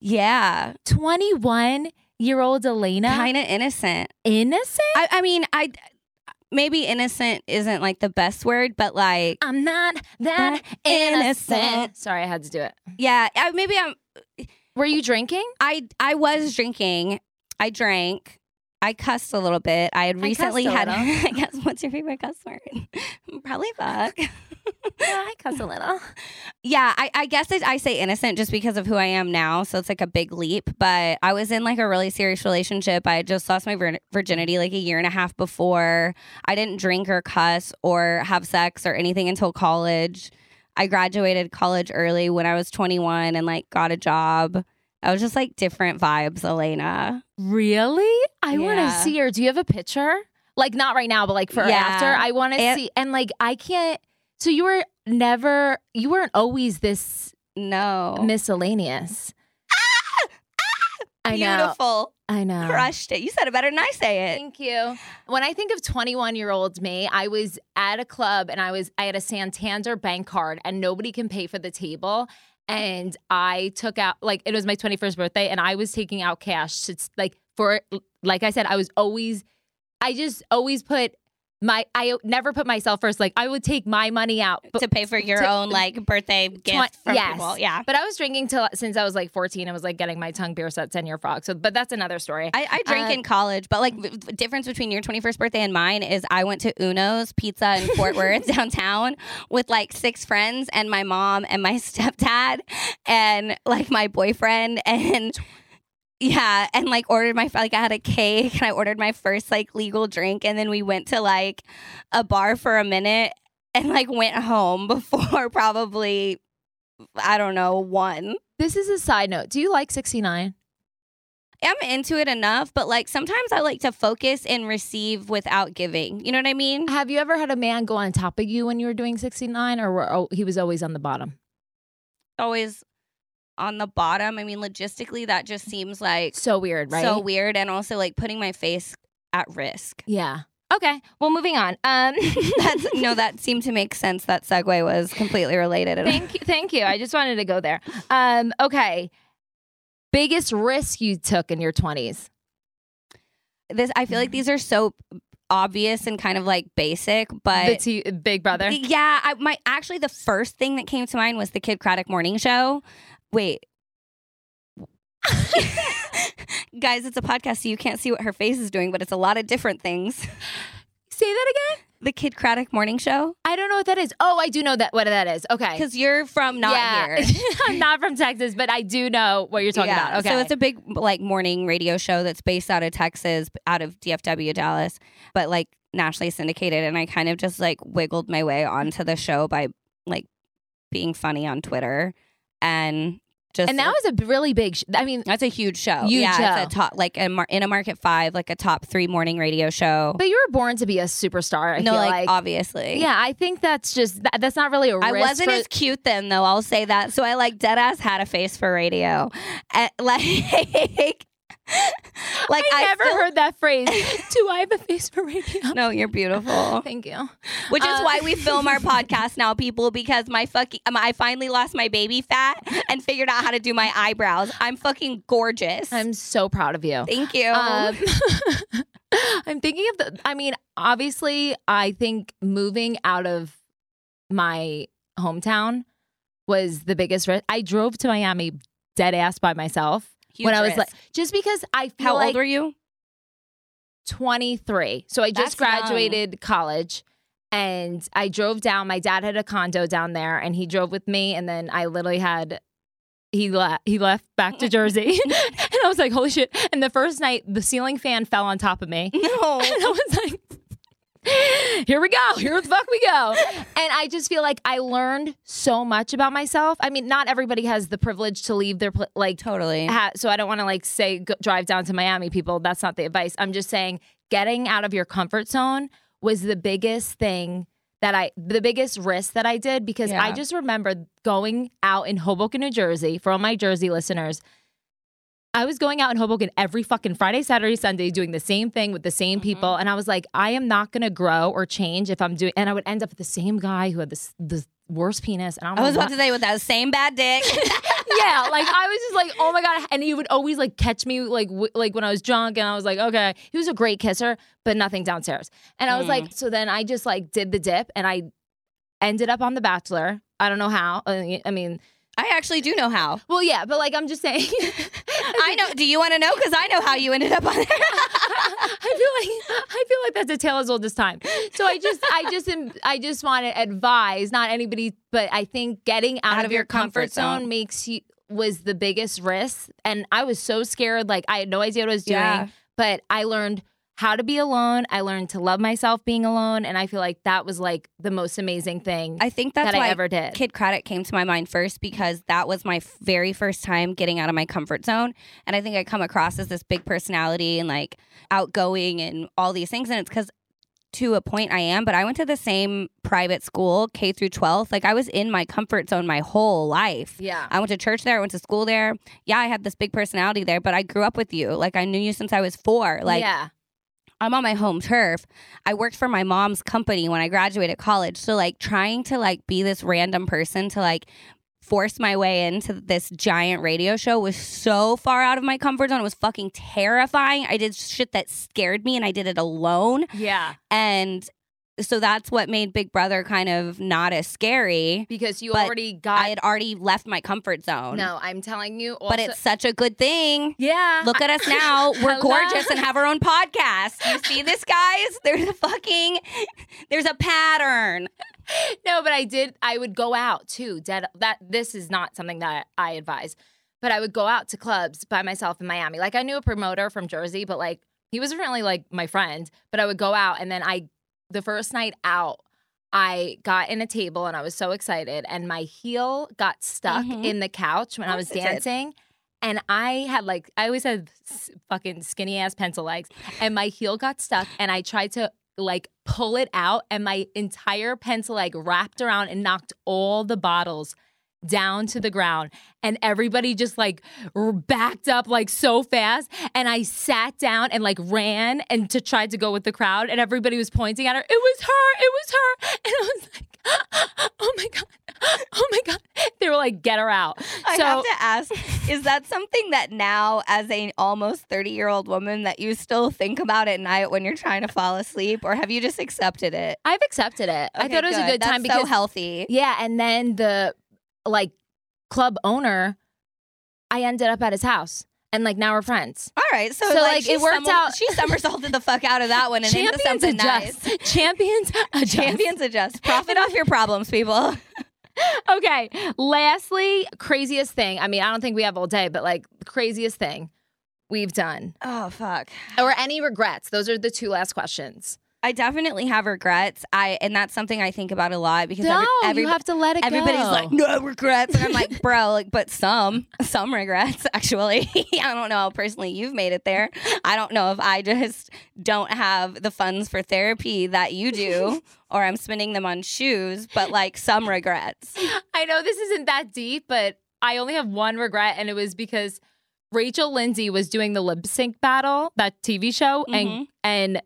B: Yeah,
A: 21 year old Elena
B: kind of innocent.
A: innocent?
B: I, I mean, I maybe innocent isn't like the best word, but like
A: I'm not that innocent. Sorry, I had to do it.
B: yeah, I, maybe I'm.
A: Were you drinking?
B: I I was drinking. I drank. I cussed a little bit. I had
A: I cussed
B: recently
A: a
B: had.
A: little.
B: I guess what's your favorite cuss word? Probably fuck.
A: Yeah, I cuss a little.
B: Yeah, I, I guess I, I say innocent just because of who I am now. So it's like a big leap. But I was in like a really serious relationship. I had just lost my vir- virginity like a year and a half before. I didn't drink or cuss or have sex or anything until college. I graduated college early when I was 21 and like got a job. I was just like different vibes, Elena.
A: Really? I want to
B: Yeah.
A: see her. Do you have a picture? Like not right now, but like for
B: Yeah.
A: after. I want to
B: It-
A: see. And like I can't. So you were never. You weren't always this Oh.
B: No.
A: miscellaneous. Ah! I know. Uh,
B: Beautiful.
A: I know.
B: Crushed it. You said it better than I say it.
A: Thank you. Eh, When I think of 21 year old me, I was at a club and I was I had a Santander bank card and nobody can pay for the table. And I took out like it was my 21st birthday and I was taking out cash to like for like I said, I was always I just always put my I never put myself first. Like I would take my money out. But
B: to pay for your
A: to-
B: own like birthday gift from
A: yes.
B: people. Yeah.
A: but I was drinking till since I was like 14. I was like getting my tongue pierced at 10 year frog. So but that's another story.
B: I, I drank
A: Uh,
B: in college, but like the the difference between your 21st birthday and mine is I went to Uno's Pizza in Fort Worth downtown with like six friends and my mom and my stepdad and like my boyfriend and yeah and like ordered my like I had a cake and I ordered my first like legal drink and then we went to like a bar for a minute and like went home before probably I don't know one.
A: this is a side note. Do you like 69?
B: I'm into it enough, but like sometimes I like to focus and receive without giving. You know what I mean?
A: Have you ever had a man go on top of you when you were doing 69 or were, oh, he was always on the bottom? Uh-huh.
B: Always on the bottom. I mean, logistically, that just seems like
A: So weird, right?
B: so weird and also like putting my face at risk.
A: Yeah. Okay. Well, moving on. Um,
B: That's no, that seemed to make sense. That segue was completely related.
A: thank you. Thank you. I just wanted to go there. Um, okay. Biggest risk you took in your 20s?
B: This I feel like these are so obvious and kind of like basic, but
A: the t- Big Brother.
B: Yeah, I, my actually the first thing that came to mind was the Kid Craddock morning show. Wait. Guys, it's a podcast, so you can't see what her face is doing, but it's a lot of different things.
A: Say that again?
B: The Kid Craddock morning show?
A: I don't know what that is. Oh, I do know that what that is. Okay.
B: Because you're from not
A: Yeah.
B: here.
A: I'm not from Texas, but I do know what you're talking
B: Yeah,
A: about. Okay.
B: So it's a big like morning radio show that's based out of Texas, out of DFW Dallas, but like nationally syndicated. And I kind of just like wiggled my way onto the show by like being funny on Twitter and just
A: and that was a b- really big, sh- I mean,
B: That's a huge show.
A: Huge
B: yeah,
A: show.
B: it's a top like a mar- in a market five, like a top three morning radio show.
A: but you were born to be a superstar. I
B: no,
A: feel
B: like,
A: like
B: obviously.
A: Yeah, I think that's just that, that's not really a risk.
B: I wasn't
A: for-
B: as cute then, though. I'll say that. So I like dead ass had a face for radio, and, like, like I,
A: I, never
B: still-
A: heard that phrase. Do I have a face for radio?
B: No, you're beautiful.
A: Thank you.
B: Which is
A: Uh,
B: why we film our podcast now, people, because my fucking um, I finally lost my baby fat and figured out how to do my eyebrows. I'm fucking gorgeous.
A: I'm so proud of you.
B: Thank you.
A: Um, I'm thinking of the. I mean, obviously, I think moving out of my hometown was the biggest risk. I drove to Miami dead ass by myself when I was like, just because I feel
B: how
A: like
B: old were you?
A: 23. So I just
B: That's
A: graduated college and I drove down. My dad had a condo down there and he drove with me. And then I literally had. He left. He left back to Jersey, and I was like, "Holy shit!" And the first night, the ceiling fan fell on top of me,
B: No.
A: and I was like, "Here we go! Here the fuck we go!" And I just feel like I learned so much about myself. I mean, not everybody has the privilege to leave their pl- like
B: Totally.
A: ha- so I don't want to like say go, drive down to Miami, people. That's not the advice. I'm just saying getting out of your comfort zone was the biggest thing that I, the biggest risk that I did because I
B: Yeah.
A: just remember going out in Hoboken, New Jersey. For all my Jersey listeners, I was going out in Hoboken every fucking Friday, Saturday, Sunday, doing the same thing with the
B: Mm-hmm.
A: same people, and I was like, I am not gonna grow or change if I'm doing. And I would end up with the same guy who had this the worst penis. And I, don't
B: I was
A: know
B: about to say with that same bad dick.
A: yeah, like I was just like, oh my god, and he would always like catch me like w- like when I was drunk, and I was like, okay, he was a great kisser, but nothing downstairs, and I was
B: Mm.
A: like, so then I just like did the dip, and I ended up on The Bachelor. I don't know how. I I mean,
B: I actually do know how.
A: well, yeah, but like I'm just saying,
B: I know. Do you want to know? Because I know how you ended up on there.
A: I feel like I feel like that's a tale as old as time. So I just I just am- I just want to advise not anybody, but I think getting out,
B: Out
A: of, your comfort, zone,
B: zone.
A: makes you was the biggest risk, and I was so scared. Like I had no idea what I was doing,
B: Yeah.
A: but I learned how to be alone. I learned to love myself being alone, and I feel like that was like the most amazing thing
B: I think that's
A: that
B: why
A: I ever did.
B: Kid Craddock came to my mind first because that was my f- very first time getting out of my comfort zone. And I think I come across as this big personality and like outgoing and all these things. And it's because to a point I am, but I went to the same private school, K through 12. Like I was in my comfort zone my whole life.
A: yeah,
B: I went to church there. I went to school there. Yeah, I had this big personality there, but I grew up with you. Like I knew you since I was four. Like
A: yeah,
B: I'm on my home turf. I worked for my mom's company when I graduated college. So like trying to like be this random person to like force my way into this giant radio show was so far out of my comfort zone. It was fucking terrifying. I did shit that scared me and I did it alone.
A: yeah,
B: And so that's what made Big Brother kind of not as scary.
A: because you
B: But
A: already
B: I
A: got.
B: had already left my comfort zone.
A: no, I'm telling you,
B: But
A: also-
B: it's such a good thing.
A: yeah.
B: Look at us now. We're
A: Hello.
B: gorgeous and have our own podcast. You see this, guys? There's a fucking there's a pattern.
A: No, but I did. I would go out too. Dead. That this is not something that I advise. But I would go out to clubs by myself in Miami. Like I knew a promoter from Jersey, but like he wasn't really like my friend. But I would go out, and then I, the first night out, I got in a table, and I was so excited, and my heel got stuck
B: Mhm.
A: in the couch when I
B: course
A: was
B: it did.
A: dancing. And I had like I always had s- fucking skinny ass pencil legs, and my heel got stuck, and I tried to like pull it out and my entire pencil like wrapped around and knocked all the bottles down to the ground and everybody just like r- backed up like so fast and i sat down and like ran and to try to go with the crowd and everybody was pointing at her it was her it was her and i was like oh my god oh my god they were like get her out
B: I
A: so
B: have to ask, is that something that now as an almost 30-year-old woman that you still think about at night when you're trying to fall asleep or have you just accepted it?
A: i've accepted it i
B: Okay,
A: thought it was a good
B: That's
A: time because
B: so healthy.
A: Yeah, and then the like club owner, I ended up at his house, and like now we're friends.
B: All right, so,
A: So,
B: like,
A: like,
B: she
A: it worked
B: stumbled-
A: out.
B: She somersaulted the fuck out of that one and into something nice.
A: Champions adjust.
B: Champions adjust. Profit off your problems, people.
A: Okay. Lastly, craziest thing. I mean, I don't think we have all day, but like craziest thing we've done,
B: Oh fuck.
A: or any regrets. Those are the two last questions.
B: I definitely have regrets. I and that's something I think about a lot because every, every-
A: to let it
B: everybody's like no regrets, and I'm like, bro, like, but some some regrets actually. I don't know how personally you've made it there. I don't know if I just don't have the funds for therapy that you do, or I'm spending them on shoes. But like some regrets.
A: I know this isn't that deep, but I only have one regret, and it was because Rachel Lindsay was doing the lip sync battle, that TV show,
B: Mm-hmm.
A: and and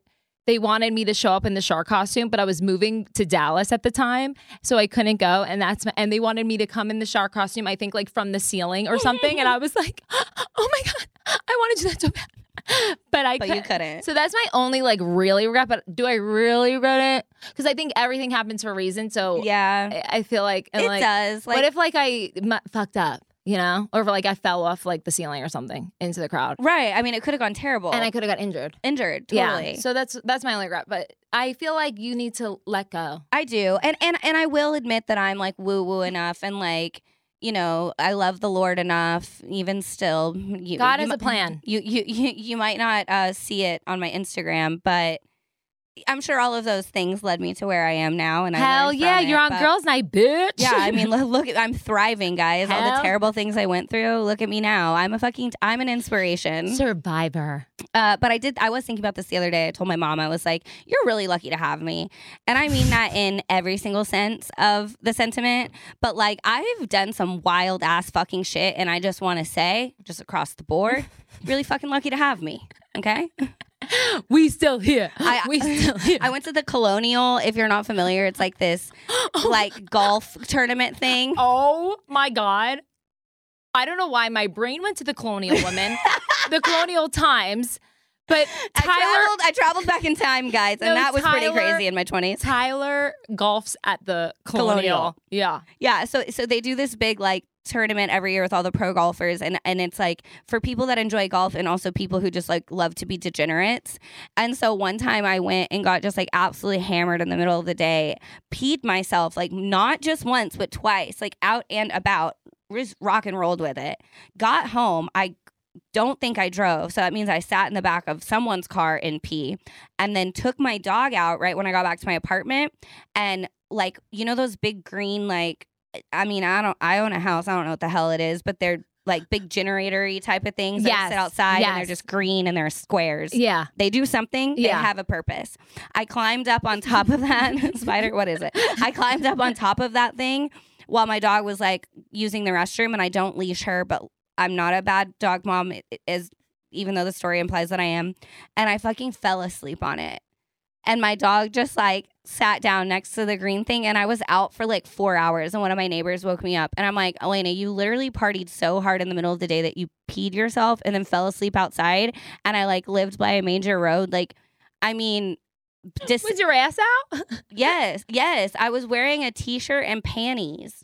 A: they wanted me to show up in the shark costume, but I was moving to Dallas at the time, so I couldn't go. And that's my, and they wanted me to come in the shark costume, I think like from the ceiling or something, and I was like, oh my god, I want to do that so bad, but I
B: But
A: couldn't.
B: you couldn't.
A: So that's my only like really regret. But do I really regret it? Because I think everything happens for a reason. So
B: Yeah,
A: I, I feel like and
B: it
A: like
B: does. Like,
A: what if like I m- fucked up, you know, or if, like I fell off like the ceiling or something into the crowd,
B: right? I mean, it could have gone terrible
A: and I could have got injured.
B: injured. Totally.
A: Yeah, so that's that's my only regret. But I feel like you need to let go.
B: I do. And and and I will admit that I'm like woo woo enough and like, you know, I love the Lord enough even still. You,
A: God
B: you
A: has
B: mi-
A: a plan.
B: You you you, you might not uh, see it on my Instagram, but I'm sure all of those things led me to where I am now and I
A: Hell
B: learned from
A: yeah,
B: it,
A: you're on
B: but-
A: girls' night, bitch.
B: Yeah, I mean, look, look, I'm thriving, guys. All
A: Hell.
B: the terrible things I went through, look at me now. I'm a fucking, I'm an inspiration.
A: survivor.
B: Uh, but I did. I was thinking about this the other day. I told my mom I was like, "You're really lucky to have me," and I mean that in every single sense of the sentiment. But like, I've done some wild ass fucking shit, and I just want to say, just across the board, really fucking lucky to have me. Okay.
A: we still here.
B: I-
A: we still here.
B: I went to the Colonial. If you're not familiar, it's like this like golf tournament thing.
A: oh my god! I don't know why my brain went to the Colonial Woman, the Colonial Times, but
B: I
A: Tyler
B: traveled. I traveled back in time, guys, and
A: No,
B: that was pretty
A: Tyler-
B: crazy in my twenties.
A: Tyler golfs at the Colonial.
B: Colonial.
A: Yeah.
B: Yeah. So so they do this big like tournament every year with all the pro golfers and and it's like for people that enjoy golf and also people who just like love to be degenerates. And so one time I went and got just like absolutely hammered in the middle of the day, peed myself like not just once but twice, like out and about, just rock and rolled with it. Got home, I don't think I drove, so that means I sat in the back of someone's car and pee and then took my dog out right when I got back to my apartment and like you know those big green like I mean, I don't. I own a house. I don't know what the hell it is, but they're like big generatory type of things that
A: Yes,
B: sit outside, and
A: yes.
B: they're just green and they're squares.
A: Yeah.
B: They do something.
A: Yeah.
B: They have a purpose. I climbed up on top of that spider. What is it? I climbed up on top of that thing while my dog was like using the restroom, and I don't leash her, but I'm not a bad dog mom. i- Is even though the story implies that I am, and I fucking fell asleep on it. And my dog just like sat down next to the green thing, and I was out for like four hours. And one of my neighbors woke me up, and I'm like, Elena, you literally partied so hard in the middle of the day that you peed yourself and then fell asleep outside. And I like lived by a major road. Like, I mean, dis-
A: Was your ass out?
B: yes, yes, I was wearing a t shirt and panties.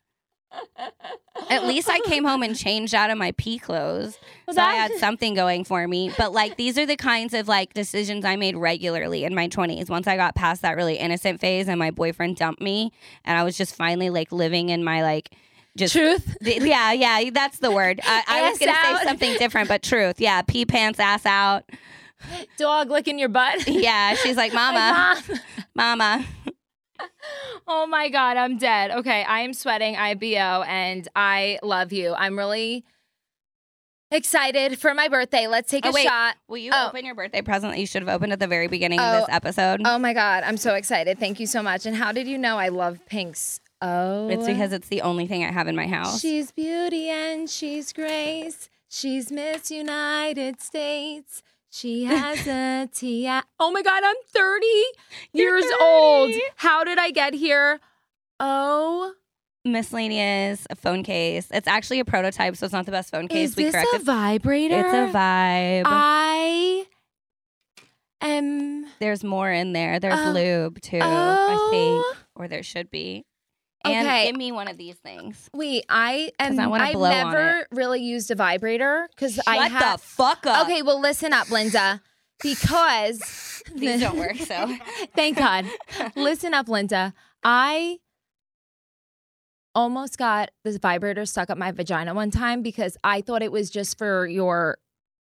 B: At least I came home and changed out of my pee clothes
A: Was
B: so I
A: I-
B: had something going for me. But like these are the kinds of like decisions I made regularly in my 20s. Once I got past that really innocent phase and my boyfriend dumped me and I was just finally like living in my like just
A: Truth.
B: yeah, yeah, that's the word. I, I was
A: Ass
B: gonna
A: out.
B: say something different, but truth. Yeah, pee pants, ass out.
A: Dog licking your butt.
B: Yeah, she's like, mama,
A: Mom.
B: mama.
A: Oh my God, I'm dead. Okay, I am sweating. I IBO and I love you. I'm really excited for my birthday. Let's take
B: Oh,
A: a
B: wait.
A: shot.
B: Will you
A: Oh.
B: open your birthday present that you should have opened at the very beginning
A: Oh.
B: of this episode?
A: Oh my God, I'm so excited. Thank you so much. And how did you know I love pinks? Oh,
B: It's because it's the only thing I have in my house.
A: she's beauty and she's grace. She's Miss United States. She has a TI. Oh my God, I'm 30
B: You're
A: years old.
B: 30.
A: How did I get here? Oh,
B: miscellaneous, a phone case. It's actually a prototype, so it's not the best phone case.
A: is
B: we
A: this a Uh,
B: corrected.
A: vibrator?
B: it's a vibe.
A: I am.
B: There's more in there. There's
A: Oh.
B: lube too, I
A: Oh.
B: think, or there should be. And
A: Okay.
B: give me one of these things.
A: Wait, I am.
B: 'Cause I wanna
A: I've
B: blow on
A: never really used a vibrator because I
B: Shut
A: have.
B: the fuck up.
A: okay, well, listen up, Linda, because
B: these don't work. So
A: Thank God. Listen up, Linda. I almost got this vibrator stuck up my vagina one time because I thought it was just for your,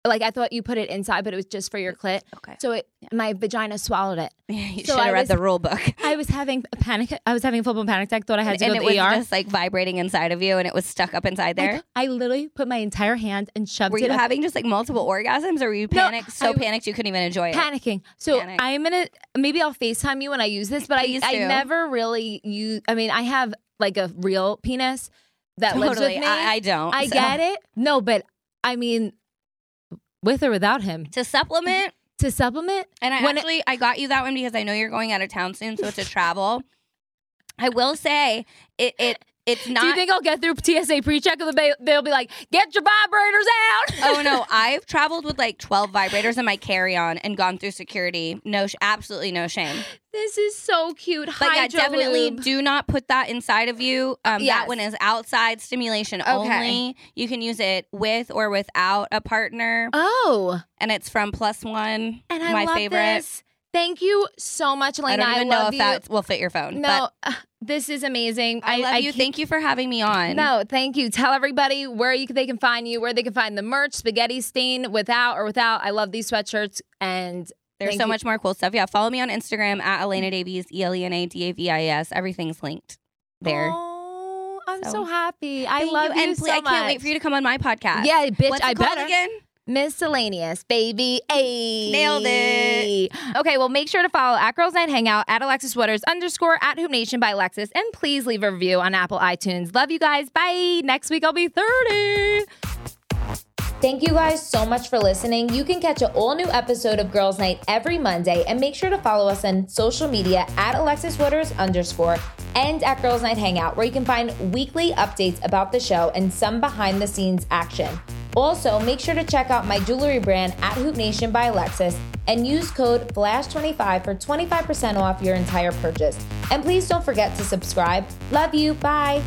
A: like I thought you put it inside, but it was just for your clit.
B: okay,
A: So it, my vagina swallowed it.
B: you
A: So
B: should
A: I
B: have read
A: was-
B: the rule book.
A: I was having a panic. I was having a full blown panic attack. Thought I had to
B: and
A: go
B: it
A: to
B: was
A: the ER.
B: just like vibrating inside of you, and it was stuck up inside
A: Like,
B: there.
A: I literally put my entire hand and shoved
B: were
A: it
B: you
A: up,
B: having just like multiple orgasms, or were you
A: No,
B: panicked? so
A: I-
B: panicked you couldn't even enjoy it.
A: panicking. So
B: Panic.
A: I'm gonna maybe I'll FaceTime you when I use this, but I
B: Please
A: I
B: do.
A: never really use. I mean, I have like a real penis that lives with
B: Totally,
A: me.
B: I, I don't.
A: I
B: so.
A: get it. No, but I mean, with or without him
B: To supplement,
A: to supplement.
B: And I
A: When it-
B: actually I got you that one because I know you're going out of town soon, so it's a travel. I will say it it it's not.
A: do you think I'll get through TSA pre-check? Or they- they'll be like, "Get your vibrators out."
B: oh no, I've traveled with like twelve vibrators in my carry on and gone through security. No, sh- absolutely no shame.
A: this is so cute.
B: But yeah, definitely
A: Hydrolube.
B: do not put that inside of you. Um,
A: Yes.
B: That one is outside stimulation only. You can use it with or without a partner,
A: Oh.
B: and it's from Plus One,
A: And I
B: my
A: love
B: favorite.
A: this. Thank you so much,
B: I
A: Elena.
B: don't even know
A: love
B: if
A: you.
B: that will fit your phone.
A: no, uh,
B: but
A: this is amazing.
B: I, love you.
A: can't-
B: Thank you for having me on.
A: No, thank you. Tell everybody where you, they can find you, where they can find the merch, spaghetti stain, without or without. I love these sweatshirts, and Thank
B: There's so
A: you.
B: much more cool stuff. Yeah, follow me on Instagram at Elena Davies, E L E N A D A V I S. Everything's linked there.
A: Aw, I'm so,
B: So-
A: happy. I
B: Thank
A: love you,
B: and
A: so
B: please, I can't wait for you to come on my podcast.
A: Yeah, bitch,
B: What's it
A: I
B: called
A: better.
B: again.
A: Miscellaneous, baby. Ayy.
B: Nailed it.
A: Okay, well, make sure to follow at Girls Night Hangout at Alexis Waters underscore at Hoop Nation by Alexis. And please leave a review on Apple iTunes. Love you guys. Bye. Next week, I'll be 30. Thank you guys so much for listening. You can catch an all new episode of Girls Night every Monday and make sure to follow us on social media at Alexis Waters underscore and at Girls Night Hangout, where you can find weekly updates about the show and some behind the scenes action. Also, make sure to check out my jewelry brand at Hoop Nation by Alexis and use code FLASH25 for 25% off your entire purchase. And please don't forget to subscribe. Love you. Bye.